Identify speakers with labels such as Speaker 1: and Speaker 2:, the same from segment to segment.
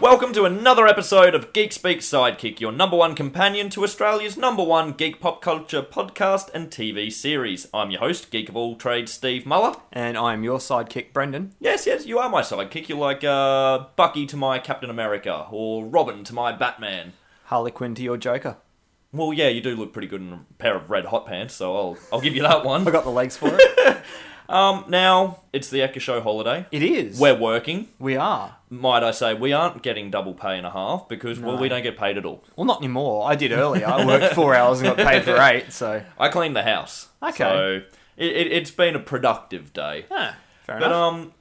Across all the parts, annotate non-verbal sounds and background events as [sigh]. Speaker 1: Welcome to another episode of Geek Speak Sidekick, your number one companion to Australia's number one geek pop culture podcast and TV series. I'm your host, Geek of All Trades, Steve Muller.
Speaker 2: And I'm your sidekick, Brendan.
Speaker 1: Yes, yes, you are my sidekick. You're like uh, Bucky to my Captain America or Robin to my Batman.
Speaker 2: Harlequin to your Joker.
Speaker 1: Well, yeah, you do look pretty good in a pair of red hot pants, so I'll I'll give you that
Speaker 2: I
Speaker 1: one.
Speaker 2: got the legs for
Speaker 1: [laughs]
Speaker 2: it.
Speaker 1: Um, now it's the Echo Show holiday.
Speaker 2: it is.
Speaker 1: We're working,
Speaker 2: we are.
Speaker 1: might I say. We aren't getting double pay and a half because well, we don't get paid at all.
Speaker 2: Well, not anymore. I did earlier. I worked four hours and got paid for eight,
Speaker 1: [laughs]
Speaker 2: so.
Speaker 1: I cleaned the house.
Speaker 2: Okay.
Speaker 1: So it, it, it's been a productive day.
Speaker 2: fair
Speaker 1: But um,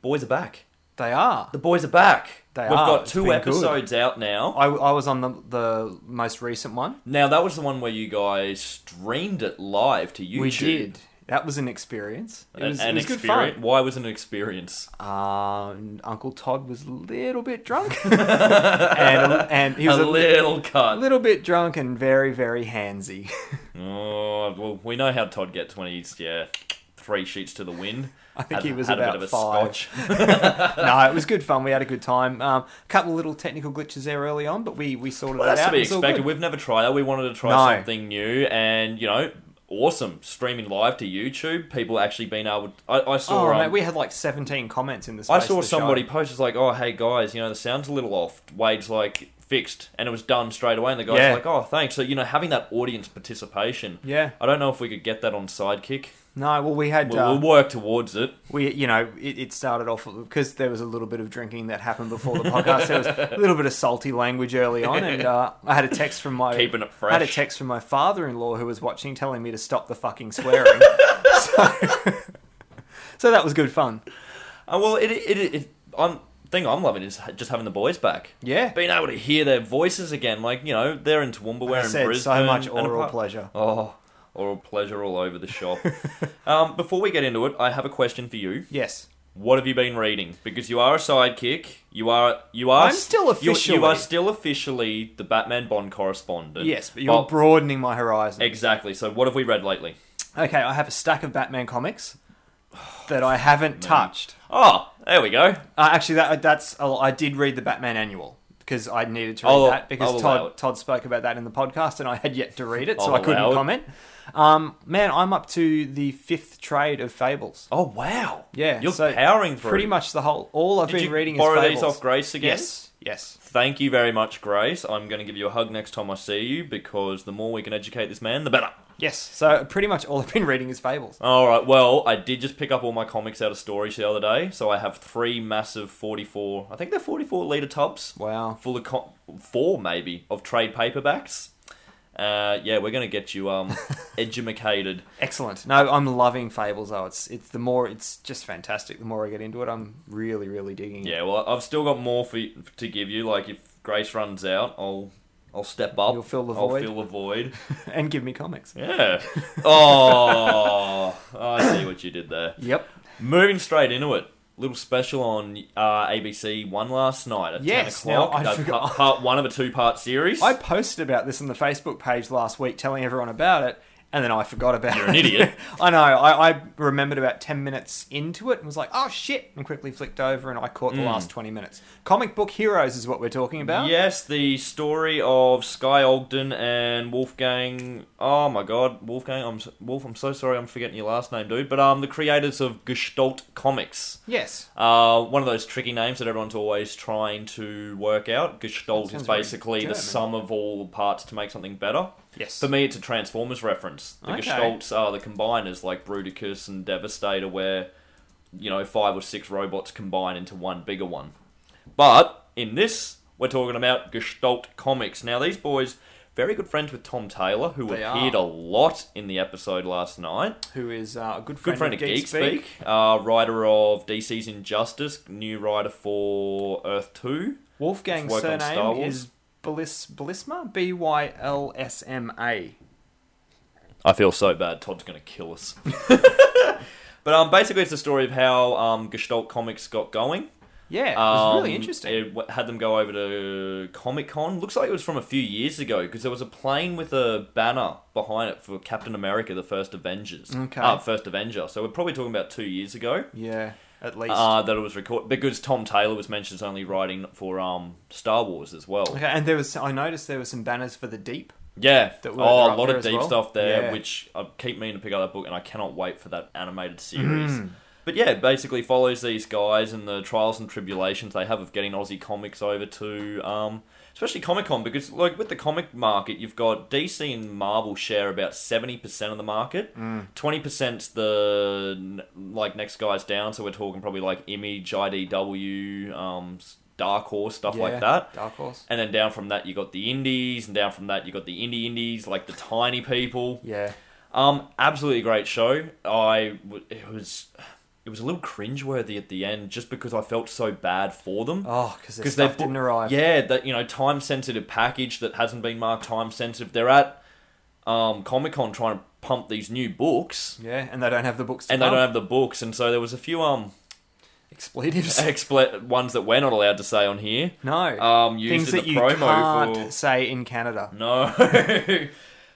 Speaker 1: boys are back.
Speaker 2: they are.
Speaker 1: The boys are back.
Speaker 2: They
Speaker 1: We've
Speaker 2: are.
Speaker 1: got
Speaker 2: It's
Speaker 1: two
Speaker 2: been good.
Speaker 1: episodes out now.
Speaker 2: I, I was on the, the most recent one.
Speaker 1: Now that was the one where you guys streamed it live to YouTube.
Speaker 2: We did. That was an experience. It
Speaker 1: An-
Speaker 2: was,
Speaker 1: an
Speaker 2: it was good
Speaker 1: experience.
Speaker 2: fun.
Speaker 1: Why was it an experience?
Speaker 2: Um, Uncle Todd was a little
Speaker 1: [laughs]
Speaker 2: bit drunk. and, and he was
Speaker 1: a,
Speaker 2: a,
Speaker 1: little
Speaker 2: a
Speaker 1: cut.
Speaker 2: little bit drunk and very, very handsy.
Speaker 1: Oh, well, we know how Todd gets when he's yeah, three sheets to the wind.
Speaker 2: I think
Speaker 1: Had-
Speaker 2: he was
Speaker 1: had
Speaker 2: about
Speaker 1: a bit of a
Speaker 2: five.
Speaker 1: scotch.
Speaker 2: no,
Speaker 1: [laughs]
Speaker 2: it was good fun. We had a good time. Um, a couple of little technical glitches there early on, but we we sorted
Speaker 1: Well,
Speaker 2: that
Speaker 1: that's
Speaker 2: out.
Speaker 1: to be
Speaker 2: It was all
Speaker 1: expected.
Speaker 2: good.
Speaker 1: We've never tried that. We wanted to try
Speaker 2: No.
Speaker 1: something new, and you know, awesome streaming live to YouTube. People actually being able. I, I saw.
Speaker 2: Oh,
Speaker 1: um,
Speaker 2: mate, we had like 17 comments in this.
Speaker 1: I saw somebody post it's like, "Oh, hey guys, you know the sound's a little off." Wade's like fixed, and it was done straight away. And the guy's
Speaker 2: Yeah.
Speaker 1: like, "Oh, thanks." So you know, having that audience participation.
Speaker 2: Yeah.
Speaker 1: I don't know if we could get that on Sidekick.
Speaker 2: No, well, we had.
Speaker 1: We'll,
Speaker 2: uh,
Speaker 1: we'll work towards it.
Speaker 2: we you know it, it started off because there was a little bit of drinking that happened before the podcast. there was a little bit of salty language early on,
Speaker 1: [laughs]
Speaker 2: and uh, I had a text from my
Speaker 1: Keeping it
Speaker 2: I had a
Speaker 1: fresh.
Speaker 2: text from my father-in-law who was watching, telling me to stop the
Speaker 1: [laughs]
Speaker 2: fucking swearing. so, [laughs] so that was good fun.
Speaker 1: Uh, well, it it, it, it I'm thing I'm loving is ha- just having the boys back.
Speaker 2: Yeah.
Speaker 1: being able to hear their voices again. Like you know, they're in Toowoomba, we're
Speaker 2: I
Speaker 1: in
Speaker 2: said
Speaker 1: Brisbane.
Speaker 2: so much
Speaker 1: and
Speaker 2: oral
Speaker 1: apart-
Speaker 2: pleasure.
Speaker 1: Oh, oral pleasure all over the
Speaker 2: [laughs]
Speaker 1: shop. um, before we get into it, I have a question for you.
Speaker 2: Yes.
Speaker 1: What have you been reading? Because you are a sidekick. You are you are.
Speaker 2: I'm still
Speaker 1: you- You,
Speaker 2: officially-
Speaker 1: are still officially the Batman Bond correspondent.
Speaker 2: Yes, but you're broadening my horizon.
Speaker 1: exactly. So what have we read lately?
Speaker 2: okay, I have a stack of Batman comics that I haven't touched.
Speaker 1: Oh, there we go.
Speaker 2: Uh, actually, that that's oh, I did read the Batman Annual because I needed to read
Speaker 1: I'll-
Speaker 2: that
Speaker 1: I'll
Speaker 2: because
Speaker 1: allow it.
Speaker 2: Todd Todd spoke about that in the podcast and I had yet to read it, so
Speaker 1: I'll
Speaker 2: I couldn't
Speaker 1: allow it.
Speaker 2: comment. Um, man, I'm up to the fifth trade of Fables.
Speaker 1: Oh wow.
Speaker 2: Yeah,
Speaker 1: you're
Speaker 2: so
Speaker 1: powering through.
Speaker 2: Pretty much the whole. All I've
Speaker 1: Did
Speaker 2: been
Speaker 1: you
Speaker 2: reading
Speaker 1: borrow
Speaker 2: is Fables.
Speaker 1: these off Grace again?
Speaker 2: Yes, yes.
Speaker 1: Thank you very much, Grace. I'm going to give you a hug next time I see you because the more we can educate this man, the better.
Speaker 2: Yes, so pretty much all I've been reading is Fables.
Speaker 1: All right. Well, I did just pick up all my comics out of storage the other day, so I have three massive 44. I think they're 44 liter tubs.
Speaker 2: Wow.
Speaker 1: Full of co- four maybe of trade paperbacks. Uh, yeah, we're going to get you
Speaker 2: [laughs]
Speaker 1: um edumacated.
Speaker 2: Excellent. No, I'm loving Fables. though. it's it's the more it's just fantastic. The more I get into it, I'm really really digging. it.
Speaker 1: Yeah. Well, I've still got more for you, to give you. Like if Grace runs out, I'll I'll step up.
Speaker 2: You'll fill the
Speaker 1: I'll
Speaker 2: void.
Speaker 1: fill the void.
Speaker 2: [laughs] and give me comics.
Speaker 1: Yeah. Oh, I see what you did there.
Speaker 2: Yep.
Speaker 1: Moving straight into it. Little special on uh, ABC One last night at
Speaker 2: Yes,
Speaker 1: 10 o'clock.
Speaker 2: now I
Speaker 1: That
Speaker 2: forgot-
Speaker 1: Part, part one of a two part series.
Speaker 2: I posted about this on the Facebook page last week, telling everyone about it, and then I forgot about
Speaker 1: You're
Speaker 2: it.
Speaker 1: an idiot.
Speaker 2: [laughs] I know. I, I remembered about ten minutes into it and was like, "Oh shit!" and quickly flicked over, and I caught the
Speaker 1: Mm.
Speaker 2: last twenty minutes. Comic book heroes is what we're talking about.
Speaker 1: Yes, the story of Sky Ogden and Wolfgang. Oh my God, Wolfgang! I'm s- Wolf. I'm so sorry, I'm forgetting your last name, dude. But um, the creators of Gestalt Comics.
Speaker 2: Yes.
Speaker 1: Uh, one of those tricky names that everyone's always trying to work out. Gestalt
Speaker 2: That
Speaker 1: is
Speaker 2: sounds very
Speaker 1: basically the
Speaker 2: German.
Speaker 1: sum of all the parts to make something better.
Speaker 2: Yes.
Speaker 1: For me, it's a Transformers reference. The
Speaker 2: Okay.
Speaker 1: Gestalts are the combiners like Bruticus and Devastator, where, you know, five or six robots combine into one bigger one. But in this, we're talking about Gestalt Comics. Now, these boys, very good friends with Tom Taylor, who
Speaker 2: They
Speaker 1: appeared
Speaker 2: are.
Speaker 1: a lot in the episode last night
Speaker 2: Who is uh, a good friend,
Speaker 1: good friend
Speaker 2: of
Speaker 1: of Geek
Speaker 2: Geekspeak.
Speaker 1: Speak, uh, writer of DC's Injustice, new writer for Earth Two.
Speaker 2: Wolfgang's
Speaker 1: Work on Star
Speaker 2: surname
Speaker 1: Wars.
Speaker 2: is Bliss Blisma. B Y L S M A.
Speaker 1: I feel so bad. Todd's going to kill us. [laughs] but um, basically, it's the story of how um, Gestalt Comics got going.
Speaker 2: Yeah, it was really
Speaker 1: Um,
Speaker 2: interesting.
Speaker 1: It w- had them go over to Comic Con. Looks like it was from a few years ago because there was a plane with a banner behind it for Captain America: The First Avengers.
Speaker 2: Okay.
Speaker 1: uh, First Avenger. So we're probably talking about two years ago.
Speaker 2: yeah, at least.
Speaker 1: uh, that it was recorded because Tom Taylor was mentioned as only writing for um, Star Wars as well.
Speaker 2: okay, and there was I noticed there were some banners for the deep.
Speaker 1: Yeah,
Speaker 2: That
Speaker 1: oh,
Speaker 2: were- they're
Speaker 1: a
Speaker 2: up
Speaker 1: lot
Speaker 2: there
Speaker 1: of
Speaker 2: as
Speaker 1: deep
Speaker 2: well.
Speaker 1: stuff there,
Speaker 2: Yeah.
Speaker 1: which I keep meaning to pick up that book, and I cannot wait for that
Speaker 2: Hmm.
Speaker 1: animated series. But yeah, it basically follows these guys and the trials and tribulations they have of getting Aussie comics over to, um, especially Comic Con, because like with the comic market, you've got DC and Marvel share about seventy percent of the market,
Speaker 2: Hmm.
Speaker 1: twenty percent's the n- like next guys down. So we're talking probably like Image, IDW, um, Dark Horse, stuff
Speaker 2: Yeah,
Speaker 1: like that.
Speaker 2: Dark Horse.
Speaker 1: And then down from that, you got the indies, and down from that, you got the indie indies, like the tiny people.
Speaker 2: Yeah.
Speaker 1: Um, absolutely great show. I w- it was it was a little cringeworthy at the end, just because I felt so bad for them
Speaker 2: Oh, because their
Speaker 1: because
Speaker 2: stuff didn't arrive.
Speaker 1: Yeah, that you know, time sensitive package that hasn't been marked time sensitive. They're at um, Comic Con trying to pump these new books,
Speaker 2: Yeah, and they don't have the books. To
Speaker 1: and they don't have the books, and so there was a few um [laughs]
Speaker 2: expletives. [laughs]
Speaker 1: expl- ones that we're not allowed to say on here.
Speaker 2: no.
Speaker 1: Um, used
Speaker 2: Things
Speaker 1: in
Speaker 2: that
Speaker 1: the
Speaker 2: you
Speaker 1: promo
Speaker 2: can't
Speaker 1: for
Speaker 2: say in Canada.
Speaker 1: No. [laughs]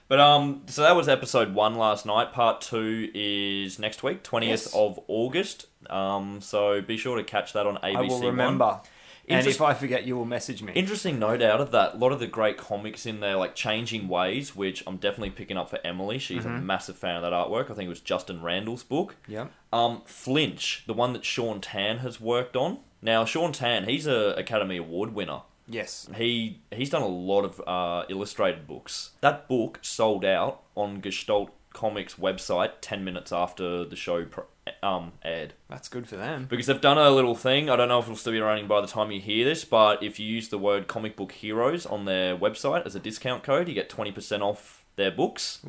Speaker 1: but um so that was episode 1 last night. Part 2 is next week, 20th
Speaker 2: Yes.
Speaker 1: of August. Um so be sure to catch that on ABC.
Speaker 2: I will
Speaker 1: One.
Speaker 2: remember. And
Speaker 1: Interest-
Speaker 2: if I forget, you will message me.
Speaker 1: Interesting note out of that, a lot of the great comics in there, like Changing Ways, which I'm definitely picking up for Emily. She's
Speaker 2: Mm-hmm.
Speaker 1: a massive fan of that artwork. I think it was Justin Randall's book.
Speaker 2: yeah.
Speaker 1: Um, Flinch, the one that Sean Tan has worked on. Now, Sean Tan, he's a Academy Award winner.
Speaker 2: Yes.
Speaker 1: He he's done a lot of uh, illustrated books. That book sold out on Gestalt Comics website ten minutes after the show pr- um, aired
Speaker 2: That's good for them.
Speaker 1: because they've done a little thing. I don't know if it'll still be running by the time you hear this, but if you use the word comic book heroes on their website as a discount code, you get twenty percent off their books.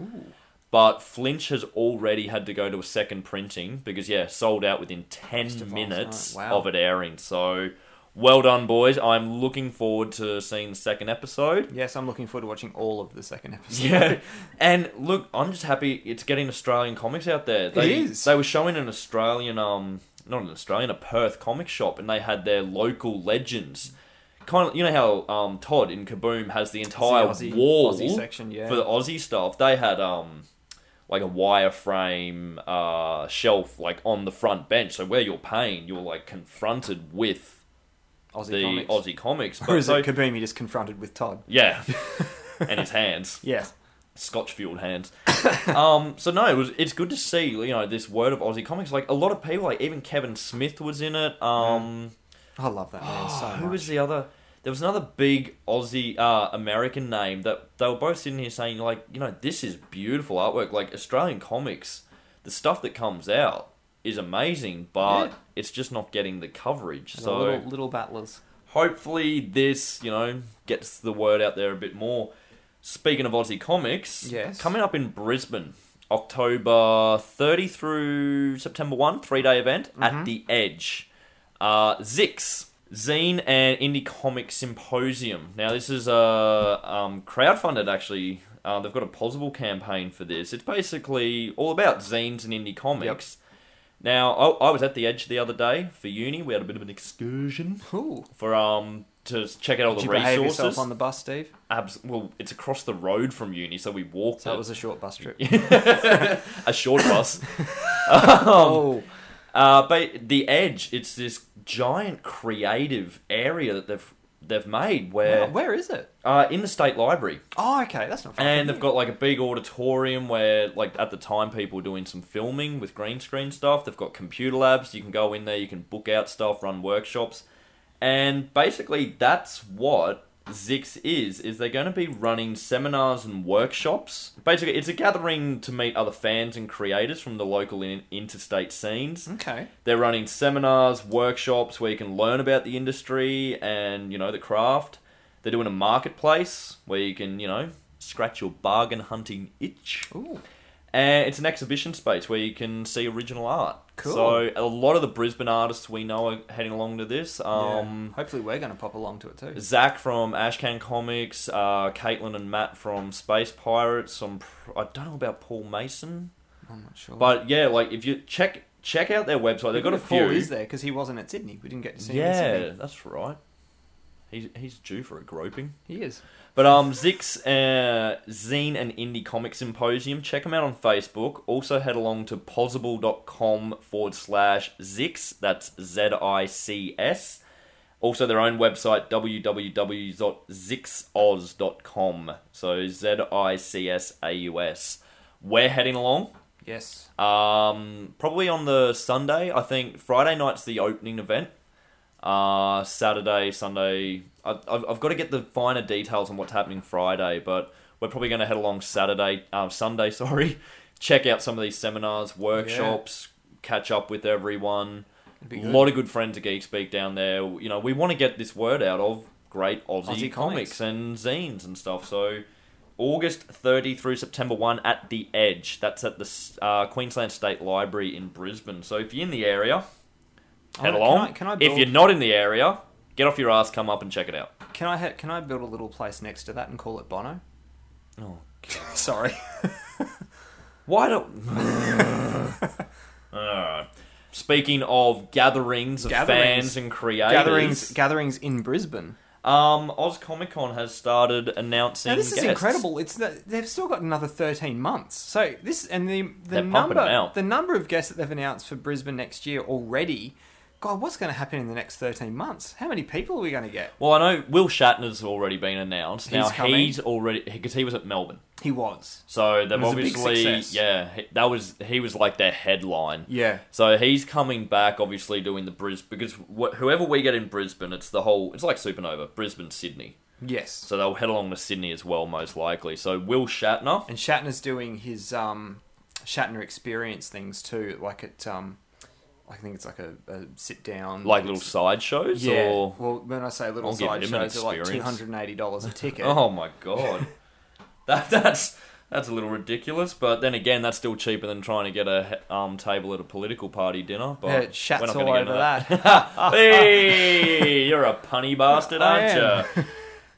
Speaker 1: But Flinch has already had to go to a second printing because yeah, sold out within ten
Speaker 2: Just advanced,
Speaker 1: minutes
Speaker 2: right. Wow.
Speaker 1: of it airing. So well done, boys. I'm looking forward to seeing the second episode.
Speaker 2: Yes, I'm looking forward to watching all of the
Speaker 1: [laughs]
Speaker 2: second episode.
Speaker 1: Yeah, and look, I'm just happy it's getting Australian comics out there. They,
Speaker 2: is.
Speaker 1: They were showing an Australian, um, not an Australian, a Perth comic shop, and they had their local legends. Kind of, you know how um, Todd in Kaboom has the entire
Speaker 2: It's the Aussie-
Speaker 1: wall
Speaker 2: Aussie section, yeah.
Speaker 1: for the Aussie stuff. They had um, like a wireframe uh, shelf like on the front bench, so where you're paying, you're like confronted with
Speaker 2: Aussie
Speaker 1: the
Speaker 2: comics.
Speaker 1: Aussie comics.
Speaker 2: [laughs] or
Speaker 1: But
Speaker 2: is
Speaker 1: so-
Speaker 2: it Kaboom you just confronted with Todd? [laughs]
Speaker 1: yeah, and his hands.
Speaker 2: Yes.
Speaker 1: Scotch fueled hands. [laughs] um, so no, it was it's good to see you know this word of Aussie comics. Like a lot of people, like even Kevin Smith was in it. Um,
Speaker 2: I love that man Mm. Oh, so much.
Speaker 1: Ah, who was the other? There was another big Aussie uh, American name that they were both sitting here saying like you know this is beautiful artwork. Like Australian comics, the stuff that comes out is amazing, but
Speaker 2: Yeah.
Speaker 1: it's just not getting the coverage.
Speaker 2: The
Speaker 1: so
Speaker 2: little, little battlers.
Speaker 1: hopefully this you know gets the word out there a bit more speaking of aussie comics
Speaker 2: Yes.
Speaker 1: coming up in brisbane october 30 through september 1 three day event at the edge uh, zix zine and indie comic symposium now this is a um, crowdfunded actually uh, they've got a possible campaign for this it's basically all about zines and indie comics now I, I was at the edge the other day for uni we had a bit of an excursion
Speaker 2: Ooh.
Speaker 1: for um to check out all
Speaker 2: Did
Speaker 1: the
Speaker 2: you behave yourself
Speaker 1: resources.
Speaker 2: on the bus, Steve?
Speaker 1: Abs- well, it's across the road from uni, so we walked
Speaker 2: So
Speaker 1: it.
Speaker 2: it was a short
Speaker 1: [laughs]
Speaker 2: bus trip.
Speaker 1: a
Speaker 2: [laughs]
Speaker 1: short bus.
Speaker 2: oh.
Speaker 1: Uh, but the edge, it's this giant creative area that they've they've made
Speaker 2: Wow,
Speaker 1: where
Speaker 2: where is it?
Speaker 1: uh, in the state library,
Speaker 2: Oh, okay. That's not far from
Speaker 1: and they've
Speaker 2: here.
Speaker 1: got like a big auditorium where like at the time people were doing some filming with green screen stuff. They've got computer labs. You can go in there, you can book out stuff, run workshops, and basically that's what Zix is is they're going to be running seminars and workshops. Basically, it's a gathering to meet other fans and creators from the local and interstate scenes.
Speaker 2: Okay.
Speaker 1: They're running seminars, workshops where you can learn about the industry and, you know, the craft. They're doing a marketplace where you can, you know, scratch your bargain hunting itch.
Speaker 2: Ooh.
Speaker 1: And it's an exhibition space where you can see original art.
Speaker 2: Cool.
Speaker 1: So a lot of the Brisbane artists we know are heading along to this. Um,
Speaker 2: yeah. Hopefully, we're going to pop along to it too.
Speaker 1: Zach from Ashcan Comics, uh, Caitlin and Matt from Space Pirates. I'm pr- I don't know about Paul Mason,
Speaker 2: I'm not sure.
Speaker 1: but yeah, like if you check check out their website, they've got a few.
Speaker 2: Paul is there because he wasn't at Sydney. We didn't get to see him. in
Speaker 1: yeah,
Speaker 2: Sydney.
Speaker 1: that's right. He's, he's due for a groping.
Speaker 2: He is.
Speaker 1: But um, Zix uh, Zine and Indie Comic Symposium, check them out on Facebook. Also head along to possible.com forward slash Zix, that's Z-I-C-S. Also their own website, www.zixoz.com. So Z-I-C-S-A-U-S. We're heading along.
Speaker 2: Yes.
Speaker 1: Um, probably on the Sunday. I think Friday night's the opening event. Uh, Saturday, Sunday. I, I've, I've got to get the finer details on what's happening Friday, but we're probably going to head along Saturday, uh, Sunday. [laughs] Sorry. Check out some of these seminars, workshops. Catch up with everyone.
Speaker 2: It'd
Speaker 1: A
Speaker 2: be good.
Speaker 1: lot of good friends at Geek Speak down there. You know, we want to get this word out of great Aussie,
Speaker 2: Aussie
Speaker 1: comics.
Speaker 2: comics.
Speaker 1: and zines and stuff. So August 30 through September 1 at The Edge. That's at the uh, Queensland State Library in Brisbane. So if you're in the area,
Speaker 2: I
Speaker 1: head
Speaker 2: wanna-
Speaker 1: along.
Speaker 2: Oh, Can I, can I
Speaker 1: if
Speaker 2: build,
Speaker 1: you're not in the area, get off your ass, come up and check it out.
Speaker 2: can I he- can I build a little place next to that and call it Bono?
Speaker 1: Oh,
Speaker 2: [laughs] Sorry.
Speaker 1: Why
Speaker 2: [laughs]
Speaker 1: don't. Alright. Speaking of gatherings of
Speaker 2: Gatherings.
Speaker 1: fans and creators,
Speaker 2: gatherings gatherings in Brisbane.
Speaker 1: Um, Oz Comic Con has started announcing.
Speaker 2: Now this is
Speaker 1: guests.
Speaker 2: incredible. It's that they've still got another thirteen months. So this and the the
Speaker 1: They're pumping them
Speaker 2: number
Speaker 1: out.
Speaker 2: the number of guests that they've announced for Brisbane next year already. God, what's going to happen in the next thirteen months? How many people are we going to get?
Speaker 1: Well, I know Will Shatner's already been announced. now
Speaker 2: coming.
Speaker 1: he's already because he was at Melbourne,
Speaker 2: He was.
Speaker 1: so they've
Speaker 2: It was a big
Speaker 1: obviously
Speaker 2: success.
Speaker 1: yeah he- that was he was like their headline.
Speaker 2: Yeah.
Speaker 1: So he's coming back, obviously doing the Brisbane because wh- whoever we get in Brisbane, it's the whole it's like Supernova Brisbane Sydney.
Speaker 2: Yes.
Speaker 1: So they'll head along to Sydney as well, most likely. So Will Shatner,
Speaker 2: And Shatner's doing his um, Shatner experience things too, like at um, I think it's like a, a sit down,
Speaker 1: like little side shows,
Speaker 2: Yeah.
Speaker 1: or
Speaker 2: Well, when I say little
Speaker 1: I'll give
Speaker 2: side
Speaker 1: him an
Speaker 2: shows, they're like two
Speaker 1: experience.
Speaker 2: hundred and eighty dollars
Speaker 1: [laughs]
Speaker 2: a ticket.
Speaker 1: oh my
Speaker 2: [laughs]
Speaker 1: god, that that's that's a little ridiculous. But then again, that's still cheaper than trying to get a he- um, table at a political party dinner. But
Speaker 2: yeah, Shat's
Speaker 1: we're not
Speaker 2: all
Speaker 1: gonna get
Speaker 2: over
Speaker 1: into
Speaker 2: that. [laughs]
Speaker 1: hey, you're a punny bastard,
Speaker 2: I
Speaker 1: aren't
Speaker 2: am.
Speaker 1: you?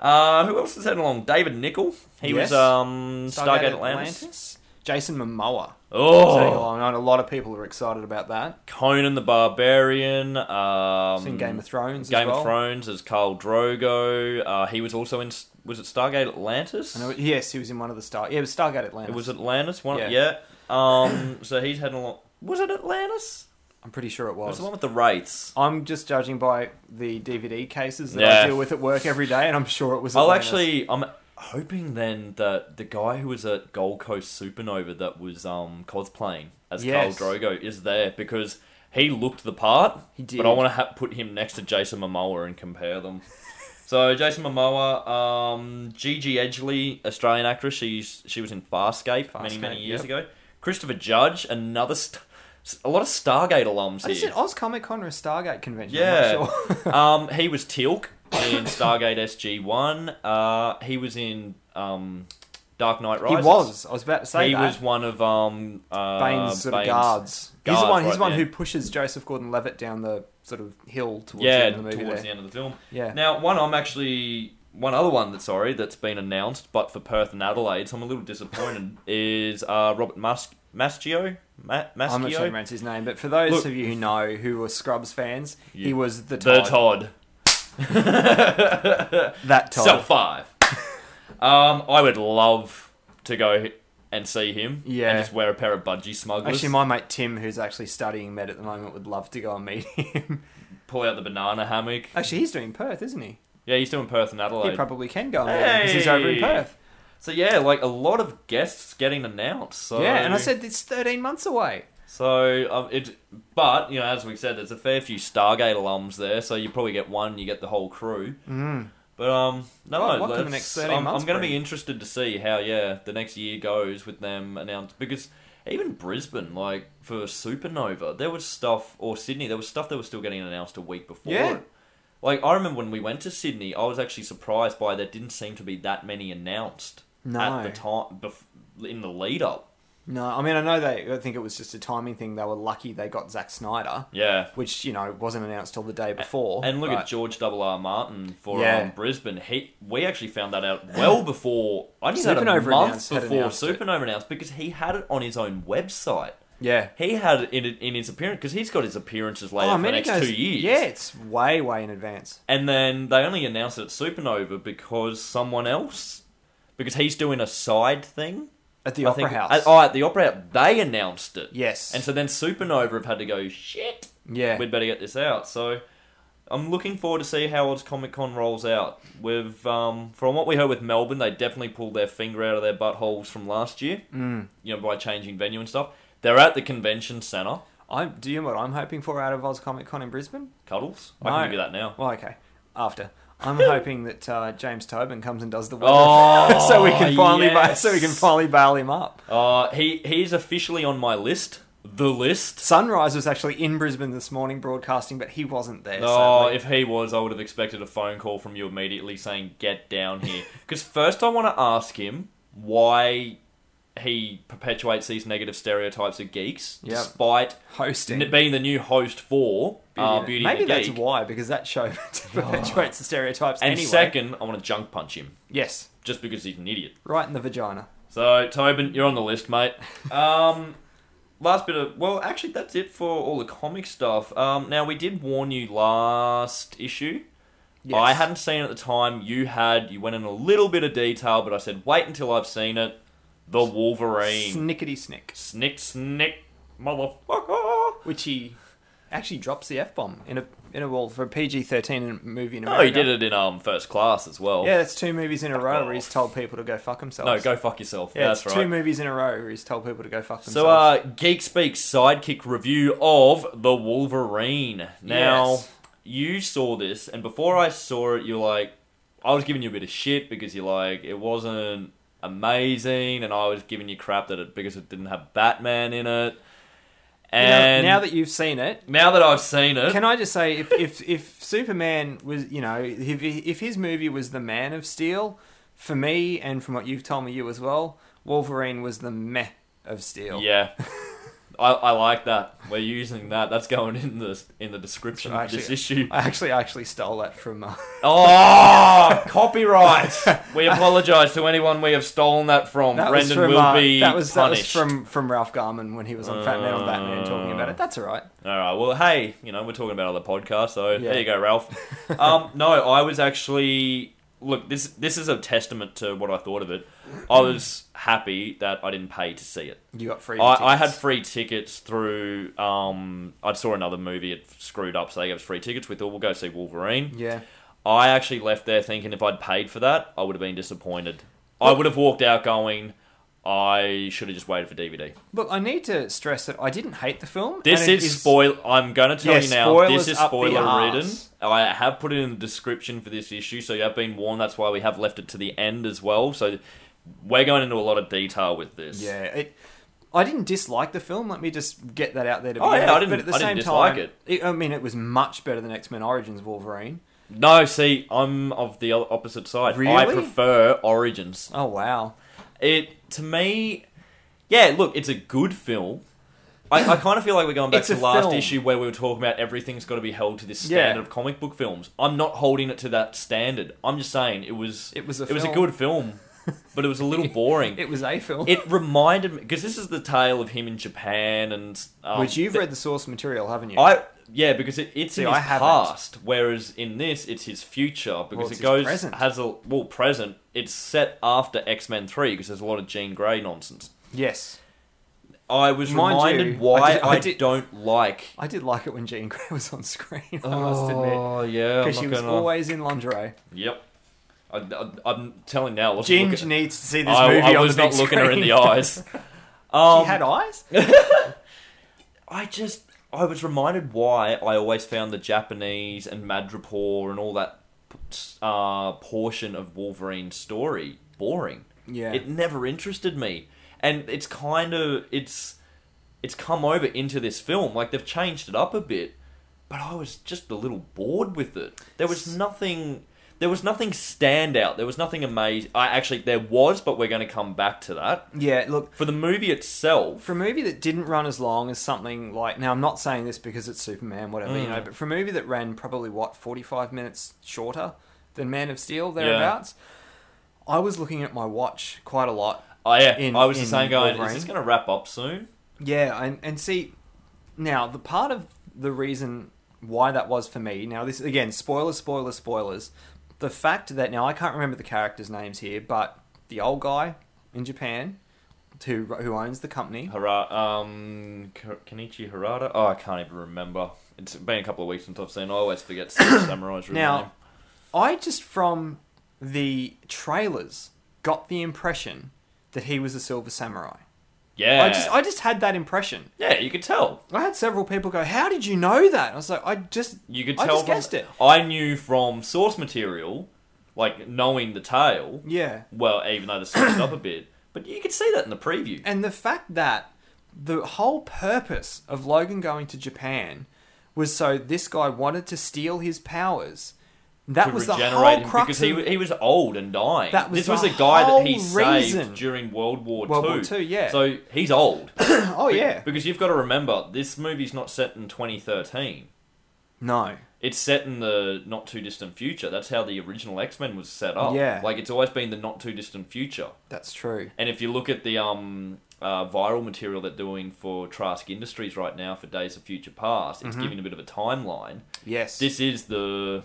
Speaker 1: Uh, who else is heading along? David Nickel. He
Speaker 2: Yes.
Speaker 1: was um, Stargate Atlantis.
Speaker 2: Jason Momoa. Taking
Speaker 1: Oh,
Speaker 2: along. I know a lot of people are excited about that.
Speaker 1: Conan the Barbarian. Um,
Speaker 2: It's in Game of Thrones.
Speaker 1: Game
Speaker 2: as well.
Speaker 1: of Thrones as Carl Drogo. Uh, he was also in. Was it Stargate Atlantis?
Speaker 2: I know- yes, he was in one of the Star. Yeah, it was Stargate Atlantis.
Speaker 1: It was Atlantis. One.
Speaker 2: Yeah.
Speaker 1: Yeah. Um. so he's heading along. Was it Atlantis?
Speaker 2: I'm pretty sure it
Speaker 1: It
Speaker 2: was.
Speaker 1: was the one with the wraiths.
Speaker 2: I'm just judging by the DVD cases that I
Speaker 1: Yeah.
Speaker 2: deal with at work every day, and I'm sure it was.
Speaker 1: I'll
Speaker 2: Atlantis.
Speaker 1: actually. I'm hoping then that the guy who was at Gold Coast Supernova that was um cosplaying as
Speaker 2: Yes.
Speaker 1: Carl Drogo is there because he looked the part.
Speaker 2: He
Speaker 1: But I
Speaker 2: did.
Speaker 1: want to ha- put him next to Jason Momoa and compare them. [laughs] so Jason Momoa, um, Gigi Edgley, Australian actress. She's she was in Farscape, many
Speaker 2: Farscape,
Speaker 1: many years
Speaker 2: yep.
Speaker 1: ago. Christopher Judge, another. St- a lot of Stargate alums
Speaker 2: I just
Speaker 1: here.
Speaker 2: said Oz Comic Con or a Stargate convention.
Speaker 1: Yeah.
Speaker 2: I'm not sure. [laughs]
Speaker 1: um, he was Tilk in Stargate SG One. Uh, he was in um, Dark Knight
Speaker 2: he
Speaker 1: Rises.
Speaker 2: was. I was about to say
Speaker 1: He
Speaker 2: that.
Speaker 1: was one of um, uh,
Speaker 2: Bane's sort
Speaker 1: Bane's-
Speaker 2: of guards. He's the
Speaker 1: guards,
Speaker 2: one. He's
Speaker 1: right,
Speaker 2: the one
Speaker 1: yeah.
Speaker 2: who pushes Joseph Gordon-Levitt down the sort of hill towards the
Speaker 1: Yeah,
Speaker 2: end of the movie.
Speaker 1: towards
Speaker 2: there.
Speaker 1: the end of the film.
Speaker 2: Yeah.
Speaker 1: Now, one I'm actually one other one that sorry that's been announced, but for Perth and Adelaide, so I'm a little
Speaker 2: [laughs]
Speaker 1: disappointed. is uh, Robert Musk Maschio? Ma- Maschio?
Speaker 2: I'm not sure to pronounce his name, but for those
Speaker 1: Look-
Speaker 2: of you who know who were Scrubs fans, he
Speaker 1: Yeah.
Speaker 2: was the
Speaker 1: the
Speaker 2: Todd.
Speaker 1: Todd.
Speaker 2: [laughs]
Speaker 1: [laughs]
Speaker 2: That Todd.
Speaker 1: So five. [laughs] um, I would love to go and see him.
Speaker 2: Yeah.
Speaker 1: And just wear a pair of budgie smugglers.
Speaker 2: Actually, my mate Tim, who's actually studying med at the moment, would love to go and meet him. [laughs]
Speaker 1: pull out the banana hammock.
Speaker 2: Actually, he's doing Perth, isn't he?
Speaker 1: Yeah, he's doing Perth and Adelaide.
Speaker 2: He probably can go and meet him because he's over in
Speaker 1: Hey!
Speaker 2: Perth.
Speaker 1: so yeah, like a lot of guests getting announced. So
Speaker 2: Yeah, and I said it's 13 months away.
Speaker 1: so um, it. But you know, as we said, there's a fair few Stargate alums there, so you probably get one, you get the whole crew.
Speaker 2: Mm.
Speaker 1: But um, no,
Speaker 2: Well, what can the
Speaker 1: let's-
Speaker 2: next 13
Speaker 1: I'm,
Speaker 2: months
Speaker 1: I'm going to
Speaker 2: bring?
Speaker 1: be interested to see how yeah the next year goes with them announced because even Brisbane like for Supernova there was stuff or Sydney there was stuff that was still getting announced a week before.
Speaker 2: Yeah.
Speaker 1: Like I remember when we went to Sydney, I was actually surprised by there didn't seem to be that many announced
Speaker 2: No.
Speaker 1: at the time bef- in the lead up.
Speaker 2: No, I mean, I know they, I think it was just a timing thing. They were lucky they got Zack Snyder,
Speaker 1: Yeah.
Speaker 2: which, you know, wasn't announced till the day before.
Speaker 1: And look
Speaker 2: but-
Speaker 1: at George Double R Martin for
Speaker 2: Oh, Yeah.
Speaker 1: um, Brisbane. He we actually found that out well before I knew that
Speaker 2: Supernova
Speaker 1: a month
Speaker 2: announced- had
Speaker 1: before
Speaker 2: announced it.
Speaker 1: Supernova announced because he had it on his own website.
Speaker 2: Yeah.
Speaker 1: He had it in, in his appearance because he's got his appearances later
Speaker 2: Oh,
Speaker 1: for the
Speaker 2: man, it
Speaker 1: next
Speaker 2: goes-
Speaker 1: two years.
Speaker 2: Yeah, it's way, way in advance.
Speaker 1: And then they only announced it at Supernova because someone else, because he's doing a side thing.
Speaker 2: At the
Speaker 1: I
Speaker 2: Opera
Speaker 1: think-
Speaker 2: House.
Speaker 1: At, oh, at the Opera House. They announced it.
Speaker 2: yes.
Speaker 1: And so then Supernova have had to go, shit,
Speaker 2: yeah.
Speaker 1: we'd better get this out. So I'm looking forward to see how Oz Comic Con rolls out. With um, From what we heard with Melbourne, they definitely pulled their finger out of their buttholes from last year,
Speaker 2: Mm.
Speaker 1: you know, by changing venue and stuff. They're at the convention centre.
Speaker 2: I'm, do you know what I'm hoping for out of Oz Comic Con in Brisbane?
Speaker 1: Cuddles? I can
Speaker 2: No.
Speaker 1: give you that now.
Speaker 2: Well, okay. After. I'm [laughs] hoping that uh, James Tobin comes and does the weather,
Speaker 1: Oh,
Speaker 2: [laughs] so we can finally ba- so we can
Speaker 1: yes.
Speaker 2: finally bail him up.
Speaker 1: Uh, he he's officially on my list. The list.
Speaker 2: Sunrise was actually in Brisbane this morning broadcasting, but he wasn't there.
Speaker 1: Oh,
Speaker 2: sadly.
Speaker 1: if he was, I would have expected a phone call from you immediately saying, "Get down here." Because first, I want to ask him why he perpetuates these negative stereotypes of geeks,
Speaker 2: Yep.
Speaker 1: despite
Speaker 2: hosting.
Speaker 1: n- being the new host for uh,
Speaker 2: and-
Speaker 1: Beauty
Speaker 2: Maybe
Speaker 1: and the
Speaker 2: that's
Speaker 1: Geek. Oh.
Speaker 2: why, because that show [laughs] perpetuates the stereotypes.
Speaker 1: and
Speaker 2: anyway.
Speaker 1: second, I want to junk punch him
Speaker 2: yes,
Speaker 1: just because he's an idiot.
Speaker 2: right in the vagina.
Speaker 1: So, Tobin, you're on the list,
Speaker 2: [laughs]
Speaker 1: mate. Um, last bit of well, actually, that's it for all the comic stuff. Um, now we did warn you last issue.
Speaker 2: Yes.
Speaker 1: I hadn't seen it at the time. You had. You went in a little bit of detail, but I said wait until I've seen it. The Wolverine.
Speaker 2: snickety snick,
Speaker 1: snick, snick, motherfucker.
Speaker 2: which he actually drops the f bomb in a in a wall for a PG thirteen movie in
Speaker 1: No,
Speaker 2: America.
Speaker 1: he did it in um first class as well.
Speaker 2: Yeah, that's two movies in a row where he's
Speaker 1: off.
Speaker 2: told people to go fuck themselves.
Speaker 1: No, go fuck yourself.
Speaker 2: Yeah,
Speaker 1: that's
Speaker 2: it's
Speaker 1: right.
Speaker 2: two movies in a row where he's told people to go fuck themselves.
Speaker 1: So, uh, Geek Speak's sidekick review of The Wolverine. Now,
Speaker 2: Yes.
Speaker 1: you saw this, and before I saw it, you're like, I was giving you a bit of shit because you're like, it wasn't amazing, and I was giving you crap that it because it didn't have Batman in it.
Speaker 2: You know,
Speaker 1: And
Speaker 2: now
Speaker 1: now, that,
Speaker 2: that you've seen it,
Speaker 1: I've seen it,
Speaker 2: can I just say if if, if Superman was you know if if his movie was the Man of Steel, for me and from what you've told me you as well, Wolverine was the meh of Steel. [laughs]
Speaker 1: yeah. I, I like that. We're using that. That's going in the in the description
Speaker 2: Actually-
Speaker 1: of this issue.
Speaker 2: I actually I actually stole that from. Uh,
Speaker 1: Oh, [laughs] copyright.
Speaker 2: [laughs]
Speaker 1: We apologise to anyone we have stolen that from.
Speaker 2: that was
Speaker 1: Brendan
Speaker 2: from
Speaker 1: will
Speaker 2: uh,
Speaker 1: be
Speaker 2: that was that was
Speaker 1: punished.
Speaker 2: from from Ralph Garman when he was on Fat Man on Batman talking about it. That's all right.
Speaker 1: All right. Well, hey, you know we're talking about other podcasts, so
Speaker 2: Yeah.
Speaker 1: there you go,
Speaker 2: [laughs]
Speaker 1: Ralph. um, no, I was actually look this this is a testament to what I thought of it. I was happy that I didn't pay to see it.
Speaker 2: You got Mm. free.
Speaker 1: I, I had
Speaker 2: tickets.
Speaker 1: free tickets through. Um, I saw another movie. It screwed up, so they gave us free tickets. We thought we'll go see Wolverine.
Speaker 2: yeah.
Speaker 1: I actually left there thinking if I'd paid for that, I would have been disappointed. I would have walked out going, I should have just waited for DVD.
Speaker 2: Look, I need to stress that I didn't hate the film.
Speaker 1: This
Speaker 2: and it
Speaker 1: is, spoil. I'm going to tell
Speaker 2: Yeah,
Speaker 1: you now. This
Speaker 2: spoilers
Speaker 1: is
Speaker 2: up the
Speaker 1: spoiler ridden.
Speaker 2: arse.
Speaker 1: I have put it in the description for this issue, so you have been warned. That's why we have left it to the end as well. So we're going into a lot of detail with this.
Speaker 2: Yeah, it. I didn't dislike the film. Let me just get that out there. To
Speaker 1: Oh,
Speaker 2: begin
Speaker 1: yeah, I
Speaker 2: with,
Speaker 1: didn't-
Speaker 2: But at the
Speaker 1: I
Speaker 2: same
Speaker 1: didn't dislike
Speaker 2: time,
Speaker 1: it.
Speaker 2: I mean, it was much better than X Men Origins Wolverine.
Speaker 1: No, see, I'm of the o- opposite side. I
Speaker 2: Really?
Speaker 1: prefer Origins.
Speaker 2: Oh wow.
Speaker 1: It to me, yeah. Look, it's a good film. I, I kind of feel like we're going back
Speaker 2: It's
Speaker 1: to
Speaker 2: a
Speaker 1: last
Speaker 2: film.
Speaker 1: issue where we were talking about everything's got to be held to this
Speaker 2: Yeah.
Speaker 1: standard of comic book films. I'm not holding it to that standard. I'm just saying it was
Speaker 2: It was a
Speaker 1: it was a
Speaker 2: film.
Speaker 1: good
Speaker 2: [laughs]
Speaker 1: film, but it was a little boring. it,
Speaker 2: It was a film.
Speaker 1: reminded me because this is the tale of him in Japan and um,
Speaker 2: Which you've
Speaker 1: th-
Speaker 2: read the source material, haven't you?
Speaker 1: I yeah, because it, it's
Speaker 2: See,
Speaker 1: in
Speaker 2: I
Speaker 1: his
Speaker 2: haven't.
Speaker 1: past, whereas in this it's his future because
Speaker 2: it's
Speaker 1: it
Speaker 2: his
Speaker 1: goes
Speaker 2: present.
Speaker 1: has a well present. It's set after X Men Three because there's a lot of Jean Grey nonsense.
Speaker 2: yes,
Speaker 1: I was
Speaker 2: Mind
Speaker 1: reminded
Speaker 2: you,
Speaker 1: why I,
Speaker 2: I did- I did-
Speaker 1: don't like.
Speaker 2: I did like it when Jean Grey [laughs] was on screen. I must admit,
Speaker 1: Oh yeah, I'm
Speaker 2: because she
Speaker 1: not
Speaker 2: was
Speaker 1: gonna-
Speaker 2: always in lingerie.
Speaker 1: Yep. I, I, am telling now. Let's
Speaker 2: Ginge
Speaker 1: look at-
Speaker 2: needs to see this
Speaker 1: I,
Speaker 2: movie
Speaker 1: I
Speaker 2: on
Speaker 1: was
Speaker 2: the big
Speaker 1: not looking her in the
Speaker 2: screen.
Speaker 1: eyes.
Speaker 2: [laughs] she
Speaker 1: Um,
Speaker 2: had eyes.
Speaker 1: I just I was reminded why I always found the Japanese and Madripoor and all that uh, portion of Wolverine's story boring.
Speaker 2: Yeah.
Speaker 1: it never interested me, and it's kind of it's it's come over into this film like they've changed it up a bit, but I was just a little bored with it. There was nothing. There was nothing standout. There was nothing amazing. I actually there was, but we're going to come back to that.
Speaker 2: [laughs] Yeah, look,
Speaker 1: For the movie itself,
Speaker 2: for a movie that didn't run as long as something like now I'm not saying this because it's Superman, whatever you know,
Speaker 1: Mm.
Speaker 2: but for a movie that ran probably what 45 minutes shorter than Man of Steel thereabouts, I was looking at my watch quite a lot.
Speaker 1: Oh yeah,
Speaker 2: in-
Speaker 1: I was
Speaker 2: in
Speaker 1: the same going. Is
Speaker 2: Wolverine.
Speaker 1: this going to wrap up soon?
Speaker 2: Yeah, and and see, now the part of the reason why that was for me. Now this again, spoilers, spoilers, spoilers. The fact that now I can't remember the characters' names here, but the old guy in Japan, who who owns the company,
Speaker 1: Hara- um, K- Kenichi Harada. Oh, I can't even remember. It's been a couple of weeks since I've seen. I always forget
Speaker 2: [coughs]
Speaker 1: Samurai's real name.
Speaker 2: Now, I just from the trailers got the impression that he was a silver samurai.
Speaker 1: Yeah,
Speaker 2: I just I just had that impression.
Speaker 1: yeah, you could tell.
Speaker 2: I had several people go, "How did you know that?" I was like, "I just
Speaker 1: You could
Speaker 2: I
Speaker 1: tell.
Speaker 2: just
Speaker 1: from,
Speaker 2: guessed it.
Speaker 1: I knew from source material, like knowing the tale.
Speaker 2: yeah."
Speaker 1: Well, even though they switched
Speaker 2: [coughs]
Speaker 1: up a bit, but you could see that in the preview.
Speaker 2: And the fact that the whole purpose of Logan going to Japan was so this guy wanted to steal his powers. That
Speaker 1: to
Speaker 2: was the
Speaker 1: regenerate
Speaker 2: whole
Speaker 1: him
Speaker 2: crux
Speaker 1: because he,
Speaker 2: of
Speaker 1: wa- he was old and dying.
Speaker 2: That was
Speaker 1: this was
Speaker 2: the
Speaker 1: a guy that he
Speaker 2: whole reason.
Speaker 1: saved during World War
Speaker 2: World
Speaker 1: II.
Speaker 2: War Two, yeah.
Speaker 1: So he's old.
Speaker 2: [coughs] Oh
Speaker 1: Be-
Speaker 2: yeah.
Speaker 1: Because you've got to remember, this movie's not set in 2013.
Speaker 2: No.
Speaker 1: It's set in the not too distant future. That's how the original X Men was set up.
Speaker 2: Yeah.
Speaker 1: Like it's always been the not too distant future.
Speaker 2: That's true.
Speaker 1: And if you look at the um, uh, viral material they're doing for Trask Industries right now for Days of Future Past,
Speaker 2: Mm-hmm.
Speaker 1: it's giving a bit of a timeline.
Speaker 2: Yes.
Speaker 1: This is the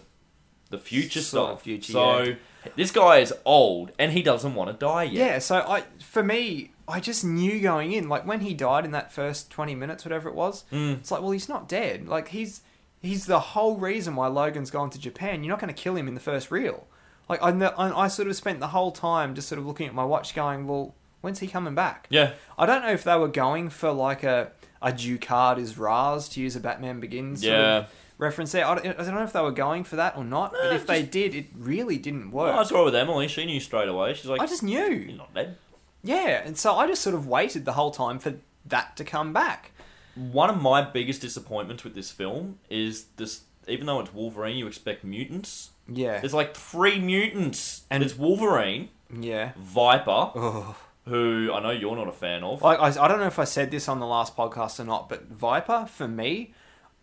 Speaker 1: the future
Speaker 2: Sort of
Speaker 1: stuff.
Speaker 2: future,
Speaker 1: so
Speaker 2: yeah.
Speaker 1: this guy is old and he doesn't want to die yet.
Speaker 2: Yeah, so I for me, I just knew going in, like when he died in that first twenty minutes, whatever it was,
Speaker 1: Mm.
Speaker 2: it's like, well, he's not dead. Like he's he's the whole reason why Logan's gone to Japan. You're not going to kill him in the first reel. Like I, kn- I, I sort of spent the whole time just sort of looking at my watch, going, well, when's he coming back?
Speaker 1: Yeah.
Speaker 2: I don't know if they were going for like a a Ducard is Raz to use a Batman Begins sort
Speaker 1: Yeah.
Speaker 2: of reference there. I don't, I don't know if they were going for that or not, but
Speaker 1: No,
Speaker 2: if they did, it really didn't work.
Speaker 1: Oh, I saw it with Emily. She knew straight away. She's like,
Speaker 2: I just knew.
Speaker 1: "You're not dead."
Speaker 2: Yeah, and so I just sort of waited the whole time for that to come back.
Speaker 1: One of my biggest disappointments with this film is this. Even though it's Wolverine, you expect mutants.
Speaker 2: Yeah.
Speaker 1: There's like three mutants, and
Speaker 2: And-
Speaker 1: it's Wolverine,
Speaker 2: Yeah.
Speaker 1: Viper,
Speaker 2: Ugh.
Speaker 1: who I know you're not a fan of.
Speaker 2: I, I, I don't know if I said this on the last podcast or not, but Viper, for me,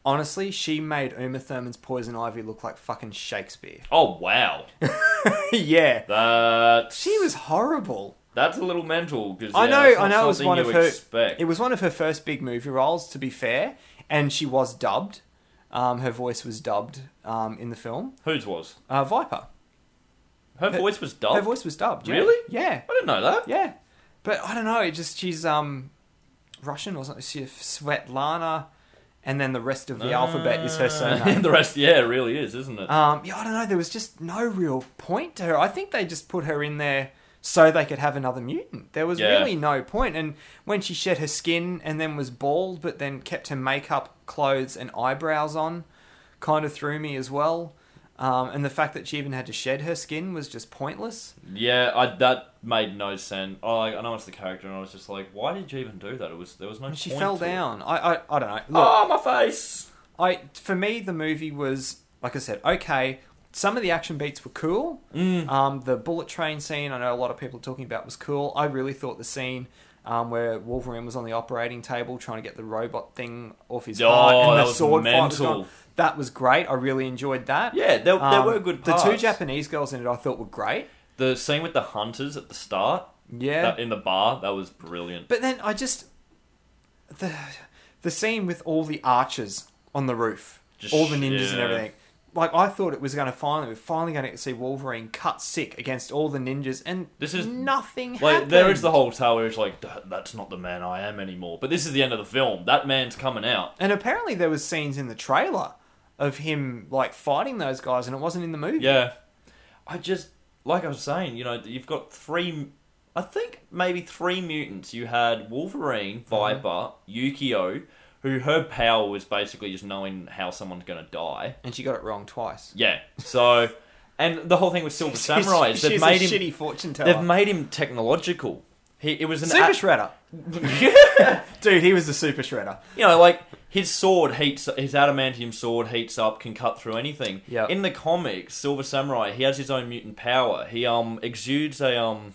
Speaker 2: honestly, she made Uma Thurman's Poison Ivy look like fucking Shakespeare. [laughs]
Speaker 1: Oh wow,
Speaker 2: yeah.
Speaker 1: that
Speaker 2: [laughs] She was horrible.
Speaker 1: that's a little mental. Cause,
Speaker 2: I
Speaker 1: yeah,
Speaker 2: know,
Speaker 1: that's
Speaker 2: I
Speaker 1: not
Speaker 2: know it was
Speaker 1: something
Speaker 2: one
Speaker 1: you
Speaker 2: of her
Speaker 1: Expect.
Speaker 2: It was one of her first big movie roles, to be fair, and she was dubbed. Um, her voice was dubbed um, in the film.
Speaker 1: Whose was
Speaker 2: Uh, Viper.
Speaker 1: her,
Speaker 2: Her-
Speaker 1: voice was dubbed.
Speaker 2: Her voice was dubbed. yeah.
Speaker 1: Really?
Speaker 2: Yeah.
Speaker 1: I didn't know that.
Speaker 2: Yeah, but I don't know. It just she's um Russian or something. She Svetlana, and then the rest of the alphabet is
Speaker 1: [laughs]
Speaker 2: her surname.
Speaker 1: Ah. the rest, yeah, it really is, isn't it?
Speaker 2: [laughs] um, yeah, I don't know. There was just no real point to her. I think they just put her in there so they could have another mutant. There was
Speaker 1: Yeah.
Speaker 2: really no point. And when she shed her skin and then was bald, but then kept her makeup, clothes, and eyebrows on, kind of threw me as well. Um, and the fact that she even had to shed her skin was just pointless.
Speaker 1: yeah, I, that made no sense. I, I know it's the character, and I was just like, why did you even do that? It was there was no.
Speaker 2: And she
Speaker 1: point
Speaker 2: fell
Speaker 1: to it.
Speaker 2: down. I, I I don't know. Look,
Speaker 1: Oh, my face.
Speaker 2: I for me the movie was like I said okay. Some of the action beats were cool.
Speaker 1: Mm.
Speaker 2: Um, the bullet train scene I know a lot of people are talking about was cool. I really thought the scene um, where Wolverine was on the operating table trying to get the robot thing off his
Speaker 1: Oh,
Speaker 2: heart and
Speaker 1: that
Speaker 2: the
Speaker 1: was
Speaker 2: sword fight was
Speaker 1: mental.
Speaker 2: gone, that was great. I really enjoyed that.
Speaker 1: Yeah, there, there
Speaker 2: Um,
Speaker 1: were good
Speaker 2: The
Speaker 1: parts.
Speaker 2: two Japanese girls in it I thought were great.
Speaker 1: The scene with the hunters at the start,
Speaker 2: Yeah,
Speaker 1: that, in the bar, that was brilliant.
Speaker 2: But then I just the the scene with all the archers on the roof,
Speaker 1: Just
Speaker 2: all the ninjas and
Speaker 1: yeah.
Speaker 2: everything. Like I thought it was going to finally, we're finally going to see Wolverine cut sick against all the ninjas, and
Speaker 1: This is-
Speaker 2: nothing.
Speaker 1: Like
Speaker 2: happened.
Speaker 1: there is the whole tale where it's like, "That- that's not the man I am anymore. But this is the end of the film. That man's coming out.
Speaker 2: and apparently there was scenes in the trailer of him like fighting those guys, and it wasn't in the movie.
Speaker 1: Yeah, I just like I was saying, you know, you've got three. I think maybe three mutants. You had
Speaker 2: Mm-hmm.
Speaker 1: Wolverine, Viper, Yukio, who her power was basically just knowing how someone's going to die.
Speaker 2: and she got it wrong twice.
Speaker 1: Yeah. So, and the whole thing with Silver [laughs] Samurai is
Speaker 2: [laughs] she's,
Speaker 1: they've
Speaker 2: she's
Speaker 1: made
Speaker 2: a
Speaker 1: him.
Speaker 2: shitty fortune
Speaker 1: They've
Speaker 2: teller.
Speaker 1: made him technological. He it was an
Speaker 2: super
Speaker 1: a-
Speaker 2: shredder,
Speaker 1: [laughs]
Speaker 2: [laughs] dude. He was the super shredder.
Speaker 1: you know, like his sword heats his adamantium sword heats up, can cut through anything.
Speaker 2: Yep.
Speaker 1: In the comics, Silver Samurai, he has his own mutant power. He um exudes a um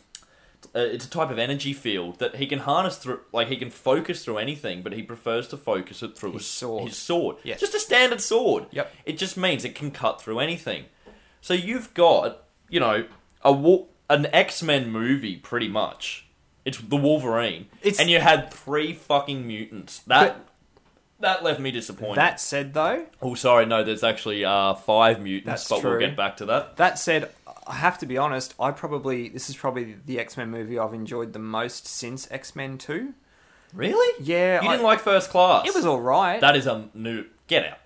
Speaker 1: uh, it's a type of energy field that he can harness through like he can focus through anything, but he prefers to focus it through
Speaker 2: His
Speaker 1: s-
Speaker 2: sword.
Speaker 1: His sword.
Speaker 2: Yes.
Speaker 1: Just a standard sword.
Speaker 2: Yep.
Speaker 1: It just means it can cut through anything. So you've got, you know, a wa- an X-Men movie pretty much. It's the Wolverine.
Speaker 2: It's-
Speaker 1: and you had three fucking mutants. That that left me disappointed.
Speaker 2: That said, though,
Speaker 1: oh, sorry, no, there's actually uh, five mutants,
Speaker 2: That's
Speaker 1: but
Speaker 2: true.
Speaker 1: we'll get back to that.
Speaker 2: that said, I have to be honest. I probably this is probably the X Men movie I've enjoyed the most since X Men Two.
Speaker 1: Really?
Speaker 2: Yeah,
Speaker 1: You
Speaker 2: I-
Speaker 1: didn't like First Class?
Speaker 2: it was all right.
Speaker 1: That is a new. Get
Speaker 2: [laughs]
Speaker 1: out.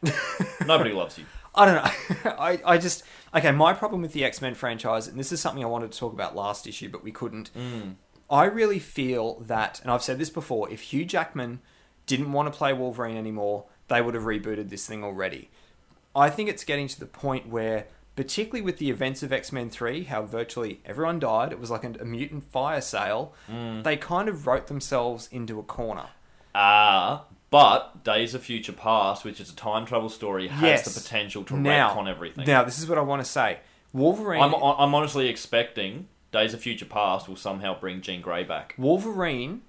Speaker 1: Nobody loves you.
Speaker 2: I don't know. [laughs] I, I just okay. My problem with the X Men franchise, and this is something I wanted to talk about last issue, but we couldn't.
Speaker 1: Mm.
Speaker 2: I really feel that, and I've said this before. If Hugh Jackman didn't want to play Wolverine anymore, they would have rebooted this thing already. I think it's getting to the point where, particularly with the events of X Men Three, how virtually everyone died, it was like a, a mutant fire sale.
Speaker 1: Mm.
Speaker 2: They kind of wrote themselves into a corner.
Speaker 1: Ah, but Days of Future Past, which is a time travel story, has
Speaker 2: Yes.
Speaker 1: the potential to
Speaker 2: now,
Speaker 1: retcon everything.
Speaker 2: Now, this is what I want to say. Wolverine.
Speaker 1: I'm, I'm honestly expecting Days of Future Past will somehow bring Jean Grey back.
Speaker 2: Wolverine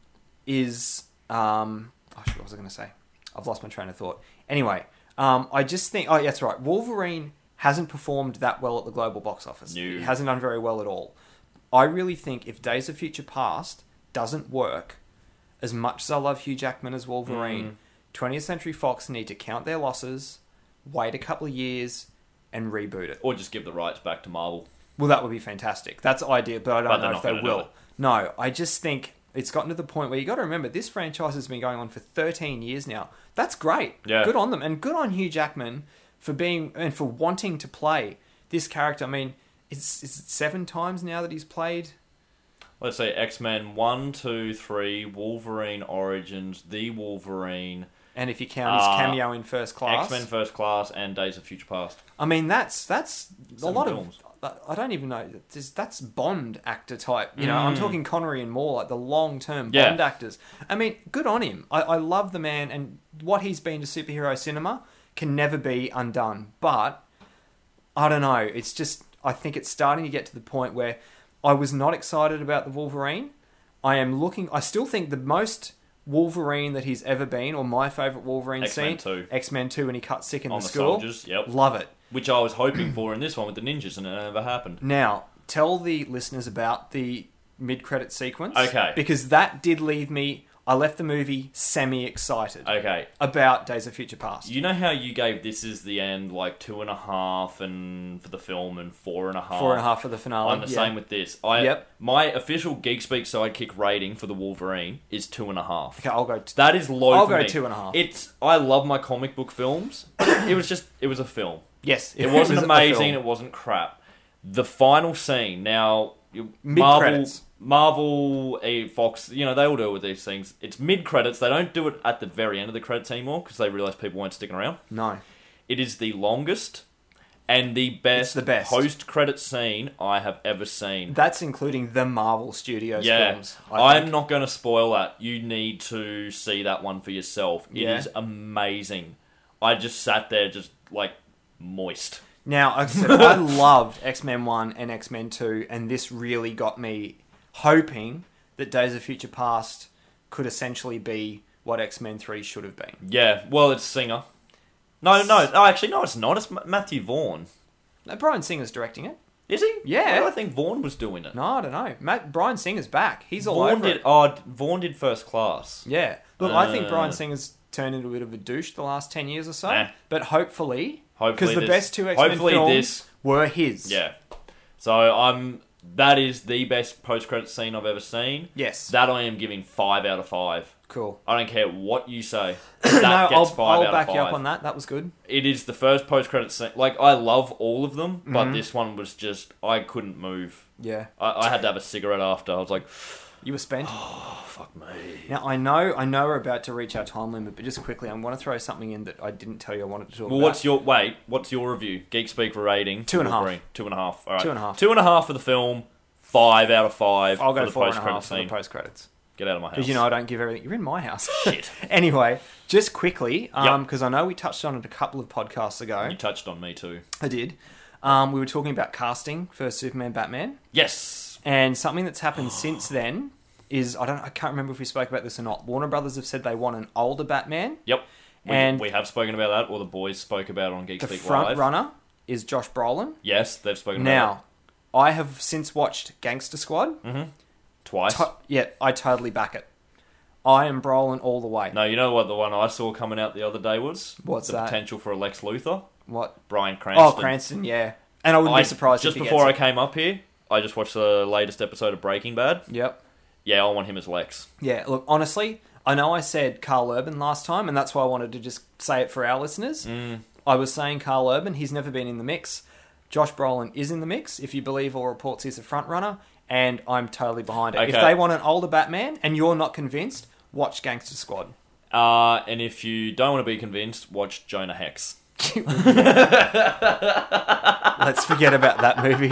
Speaker 2: is um oh shit, what was I gonna say? I've lost my train of thought. Anyway, um I just think oh yeah, that's right. Wolverine hasn't performed that well at the global box office.
Speaker 1: No.
Speaker 2: It hasn't done very well at all. I really think if Days of Future Past doesn't work, as much as I love Hugh Jackman as Wolverine, 20th Century Fox need to count their losses, wait a couple of years, and reboot it.
Speaker 1: Or just give the rights back to Marvel.
Speaker 2: Well, that would be fantastic. That's ideal, but I
Speaker 1: But
Speaker 2: don't
Speaker 1: they're
Speaker 2: know
Speaker 1: not
Speaker 2: if they
Speaker 1: gonna do
Speaker 2: will.
Speaker 1: it.
Speaker 2: No, I just think it's gotten to the point where you got to remember this franchise has been going on for 13 years now. That's great.
Speaker 1: Yeah.
Speaker 2: Good on them, and good on Hugh Jackman for being and for wanting to play this character. I mean, it's is it seven times now that he's played.
Speaker 1: Let's say X Men 1, 2, 3, Wolverine Origins, The Wolverine,
Speaker 2: And if you count his
Speaker 1: Uh,
Speaker 2: cameo in First Class,
Speaker 1: X Men First Class, and Days of Future Past.
Speaker 2: I mean, that's that's a
Speaker 1: Seven
Speaker 2: lot
Speaker 1: films.
Speaker 2: of. I don't even know. That's, that's Bond actor type. You know, I'm talking Connery and Moore, like the long term
Speaker 1: Mm. Yeah.
Speaker 2: Bond actors. I mean, good on him. I, I love the man and what he's been to superhero cinema can never be undone. But I don't know. It's just I think it's starting to get to the point where I was not excited about the Wolverine. I am looking. I still think the most Wolverine that he's ever been, or my favorite Wolverine
Speaker 1: X-Men 2.
Speaker 2: scene, X Men Two, when he cut sick in
Speaker 1: On
Speaker 2: the
Speaker 1: the
Speaker 2: school.
Speaker 1: soldiers, yep.
Speaker 2: Love it.
Speaker 1: Which I was hoping for in this one with the ninjas, and it never happened.
Speaker 2: Now, tell the listeners about the mid credit sequence.
Speaker 1: Okay.
Speaker 2: Because that did leave me, I left the movie semi excited
Speaker 1: Okay,
Speaker 2: about Days of Future Past.
Speaker 1: you know how you gave This Is the End like two and a half, and for the film, and four and a half.
Speaker 2: Four and a half for the finale.
Speaker 1: I'm the
Speaker 2: yeah.
Speaker 1: same with this. I
Speaker 2: Yep.
Speaker 1: my official Geek Speak sidekick rating for the Wolverine is two and a half.
Speaker 2: Okay, I'll go. T-
Speaker 1: That is low.
Speaker 2: I'll
Speaker 1: for
Speaker 2: go
Speaker 1: me.
Speaker 2: two and a half.
Speaker 1: It's I love my comic book films. [coughs] it was just it was a film.
Speaker 2: yes,
Speaker 1: It
Speaker 2: [laughs]
Speaker 1: wasn't
Speaker 2: was a
Speaker 1: amazing.
Speaker 2: film.
Speaker 1: It wasn't crap. The final scene. Now, you- Marvel,
Speaker 2: Mid-credits.
Speaker 1: Marvel, eh, Fox. You know they all do it with these things. It's mid credits. They don't do it at the very end of the credits anymore because they realize people weren't sticking around.
Speaker 2: No.
Speaker 1: It is the longest and the best,
Speaker 2: the best.
Speaker 1: post credit scene I have ever seen.
Speaker 2: That's including the Marvel Studios
Speaker 1: Yeah,
Speaker 2: films. I
Speaker 1: I'm
Speaker 2: think.
Speaker 1: not going to spoil that. You need to see that one for yourself. It is
Speaker 2: Yeah.
Speaker 1: amazing. I just sat there, just like moist.
Speaker 2: Now, like I
Speaker 1: [laughs]
Speaker 2: said, I loved X Men 1 and X Men 2, and this really got me hoping that Days of Future Past could essentially be what X Men 3 should have been.
Speaker 1: Yeah. Well, it's Singer. No, no, no. Actually, no, it's not. It's M- Matthew Vaughn.
Speaker 2: Now, Brian Singer's directing it.
Speaker 1: Is he?
Speaker 2: Yeah.
Speaker 1: Why do I think Vaughn was doing it.
Speaker 2: No, I don't know. Matt Brian Singer's back. He's all
Speaker 1: Vaughn
Speaker 2: over
Speaker 1: did.
Speaker 2: it.
Speaker 1: Oh, d- Vaughn did first class.
Speaker 2: Yeah. Look, I think Brian
Speaker 1: Uh.
Speaker 2: Singer's turned into a bit of a douche the last ten years or so.
Speaker 1: Nah.
Speaker 2: But hopefully,
Speaker 1: Hopefully
Speaker 2: the
Speaker 1: this-
Speaker 2: best two X Men
Speaker 1: hopefully
Speaker 2: films
Speaker 1: this-
Speaker 2: were his.
Speaker 1: Yeah. So I'm. That is the best post credit scene I've ever seen.
Speaker 2: Yes.
Speaker 1: That I am giving five out of five.
Speaker 2: cool.
Speaker 1: I don't care what you
Speaker 2: [clears throat]
Speaker 1: say.
Speaker 2: No,
Speaker 1: That
Speaker 2: I'll,
Speaker 1: gets five
Speaker 2: I'll
Speaker 1: out
Speaker 2: back
Speaker 1: of
Speaker 2: you
Speaker 1: five.
Speaker 2: up on that. That was good.
Speaker 1: it is the first post credit scene. Like I love all of them,
Speaker 2: Mm-hmm.
Speaker 1: but this one was just I couldn't move.
Speaker 2: Yeah.
Speaker 1: I, I had to have a cigarette after. I was like,
Speaker 2: You
Speaker 1: [gasps]
Speaker 2: were spent.
Speaker 1: oh, "Fuck me."
Speaker 2: Now I know I know we're about to reach our time limit, but just quickly, I want to throw something in that I didn't tell you I wanted to talk
Speaker 1: Well,
Speaker 2: about.
Speaker 1: what's your wait? What's your review? Geek Speak rating?
Speaker 2: Two and a half.
Speaker 1: Wolverine. Two and a half. All right.
Speaker 2: Two and a half.
Speaker 1: Two and a half for the film. Five out of five.
Speaker 2: I'll go
Speaker 1: for the
Speaker 2: four and
Speaker 1: post
Speaker 2: a half
Speaker 1: credit
Speaker 2: for the
Speaker 1: scene.
Speaker 2: post credits.
Speaker 1: Get out of my house.
Speaker 2: Because you know I don't give everything. You're in my house.
Speaker 1: [laughs]
Speaker 2: [laughs]
Speaker 1: Shit.
Speaker 2: anyway, just quickly, because I know we touched on it a couple of podcasts ago.
Speaker 1: you touched on me too.
Speaker 2: I did. Um, we were talking about casting for Superman, Batman,
Speaker 1: Yes.
Speaker 2: and something
Speaker 1: [gasps]
Speaker 2: that's happened since then is I don't I can't remember if we spoke about this or not. Warner Brothers have said they want an older Batman.
Speaker 1: Yep. We,
Speaker 2: And-
Speaker 1: we have spoken about that, or the boys spoke about it on Geek
Speaker 2: The
Speaker 1: Speak
Speaker 2: front
Speaker 1: Live.
Speaker 2: runner is Josh Brolin.
Speaker 1: Yes, they've spoken about Mm.
Speaker 2: Now, I have since watched Gangster Squad.
Speaker 1: twice.
Speaker 2: To- yeah, I totally back it. I am Brolin all the way.
Speaker 1: no, you know what the one I saw coming out the other day was?
Speaker 2: What's
Speaker 1: the
Speaker 2: that?
Speaker 1: potential for a Lex Luthor?
Speaker 2: What?
Speaker 1: Brian Cranston.
Speaker 2: Oh, Cranston, yeah. And I wouldn't
Speaker 1: I-
Speaker 2: be surprised
Speaker 1: Just
Speaker 2: if he
Speaker 1: before
Speaker 2: gets
Speaker 1: I came up here, I just watched the latest episode of Breaking Bad.
Speaker 2: it. Yep.
Speaker 1: Yeah, I want him as Lex.
Speaker 2: Yeah, look, honestly, I know I said Carl Urban last time, and that's why I wanted to just say it for our listeners.
Speaker 1: Mm.
Speaker 2: I was saying Carl Urban, he's never been in the mix. Josh Brolin is in the mix. If you believe all reports, he's a front runner, and I'm totally behind it. If
Speaker 1: Okay.
Speaker 2: they want an older Batman and you're not convinced, watch Gangster Squad.
Speaker 1: [laughs] Uh, and if you don't want to be convinced, watch Jonah Hex.
Speaker 2: Let's forget about that movie.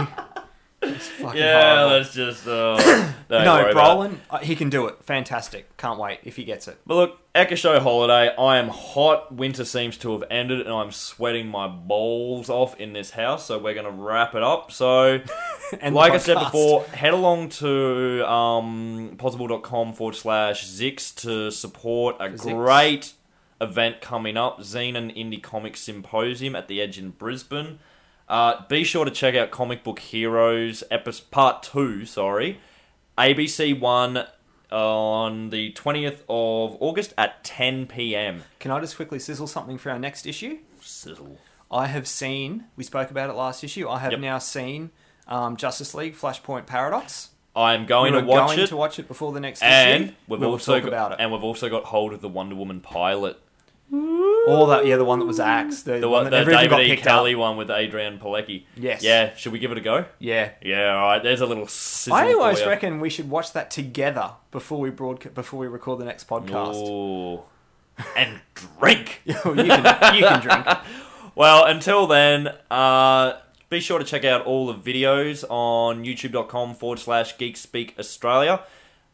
Speaker 2: It's fucking
Speaker 1: Yeah,
Speaker 2: horrible.
Speaker 1: let's just. [coughs] Uh, don't
Speaker 2: No,
Speaker 1: worry about it.
Speaker 2: Brolin, uh, he can do it. Fantastic. Can't wait if he gets it. [laughs]
Speaker 1: But look, Echo Show Holiday, I am hot. Winter seems to have ended, and I'm sweating my balls off in this house, so we're going to wrap it up. So,
Speaker 2: And the
Speaker 1: like I said
Speaker 2: podcast.
Speaker 1: before, head along to um, possible.com forward slash Zix to support a
Speaker 2: Zix.
Speaker 1: great event coming up Zine and Indie Comics Symposium at the Edge in Brisbane. Uh, be sure to check out Comic Book Heroes episode, Part 2, sorry, ABC 1 on the 20th of August at 10 p.m.
Speaker 2: Can I just quickly sizzle something for our next issue?
Speaker 1: Sizzle.
Speaker 2: I have seen, we spoke about it last issue, I have
Speaker 1: Yep.
Speaker 2: now seen um, Justice League Flashpoint Paradox.
Speaker 1: I'm going
Speaker 2: we
Speaker 1: to
Speaker 2: were
Speaker 1: watch
Speaker 2: going
Speaker 1: it.
Speaker 2: to watch it before the next
Speaker 1: and
Speaker 2: issue.
Speaker 1: we've
Speaker 2: we'll
Speaker 1: also
Speaker 2: talk
Speaker 1: got,
Speaker 2: about it.
Speaker 1: and we've also got hold of the Wonder Woman pilot
Speaker 2: All that, yeah, the one that was axed, the,
Speaker 1: The, one,
Speaker 2: one that
Speaker 1: the
Speaker 2: everyone
Speaker 1: David
Speaker 2: got
Speaker 1: E.
Speaker 2: picked
Speaker 1: Kelly
Speaker 2: up.
Speaker 1: one with Adrian Pilecki.
Speaker 2: Yes.
Speaker 1: Yeah, should we give it a go?
Speaker 2: Yeah.
Speaker 1: Yeah, all right. There's a little sizzle
Speaker 2: I always
Speaker 1: for ya.
Speaker 2: reckon we should watch that together before we broadca- before we record the next podcast.
Speaker 1: Ooh. And drink.
Speaker 2: [laughs] you, can, you can drink.
Speaker 1: Well, until then, uh, be sure to check out all the videos on youtube.com forward slash Geekspeak Australia.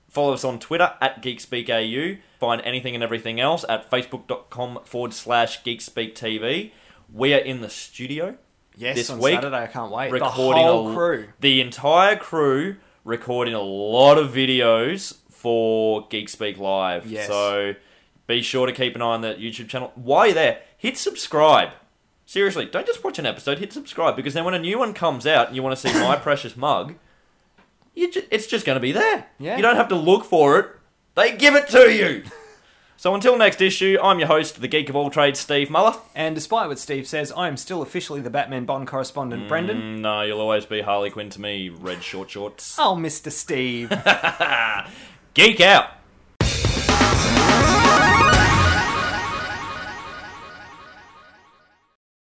Speaker 1: Follow us on Twitter at GeekspeakAU. Find anything and everything else at facebook.com forward slash Geekspeak TV. We are in the studio.
Speaker 2: Yes,
Speaker 1: This
Speaker 2: on
Speaker 1: week,
Speaker 2: Saturday, I can't wait. The
Speaker 1: recording
Speaker 2: whole
Speaker 1: a-
Speaker 2: crew.
Speaker 1: the entire crew recording a lot of videos for Geek Speak Live.
Speaker 2: Yes.
Speaker 1: So be sure to keep an eye on that YouTube channel. While you're there, hit subscribe. Seriously, don't just watch an episode. Hit subscribe because then when a new one comes out and you want to see
Speaker 2: [coughs]
Speaker 1: my precious mug, you ju- it's just going to be there.
Speaker 2: Yeah.
Speaker 1: You don't have to look for it. They give it to
Speaker 2: [laughs]
Speaker 1: you. so until next issue, I'm your host, the geek of all trades, Steve Muller.
Speaker 2: And despite what Steve says, I am still officially the Batman Bond correspondent, Brendan.
Speaker 1: Mm, No, you'll always be Harley Quinn to me, red short shorts.
Speaker 2: Oh, Mr. Steve.
Speaker 1: Geek out.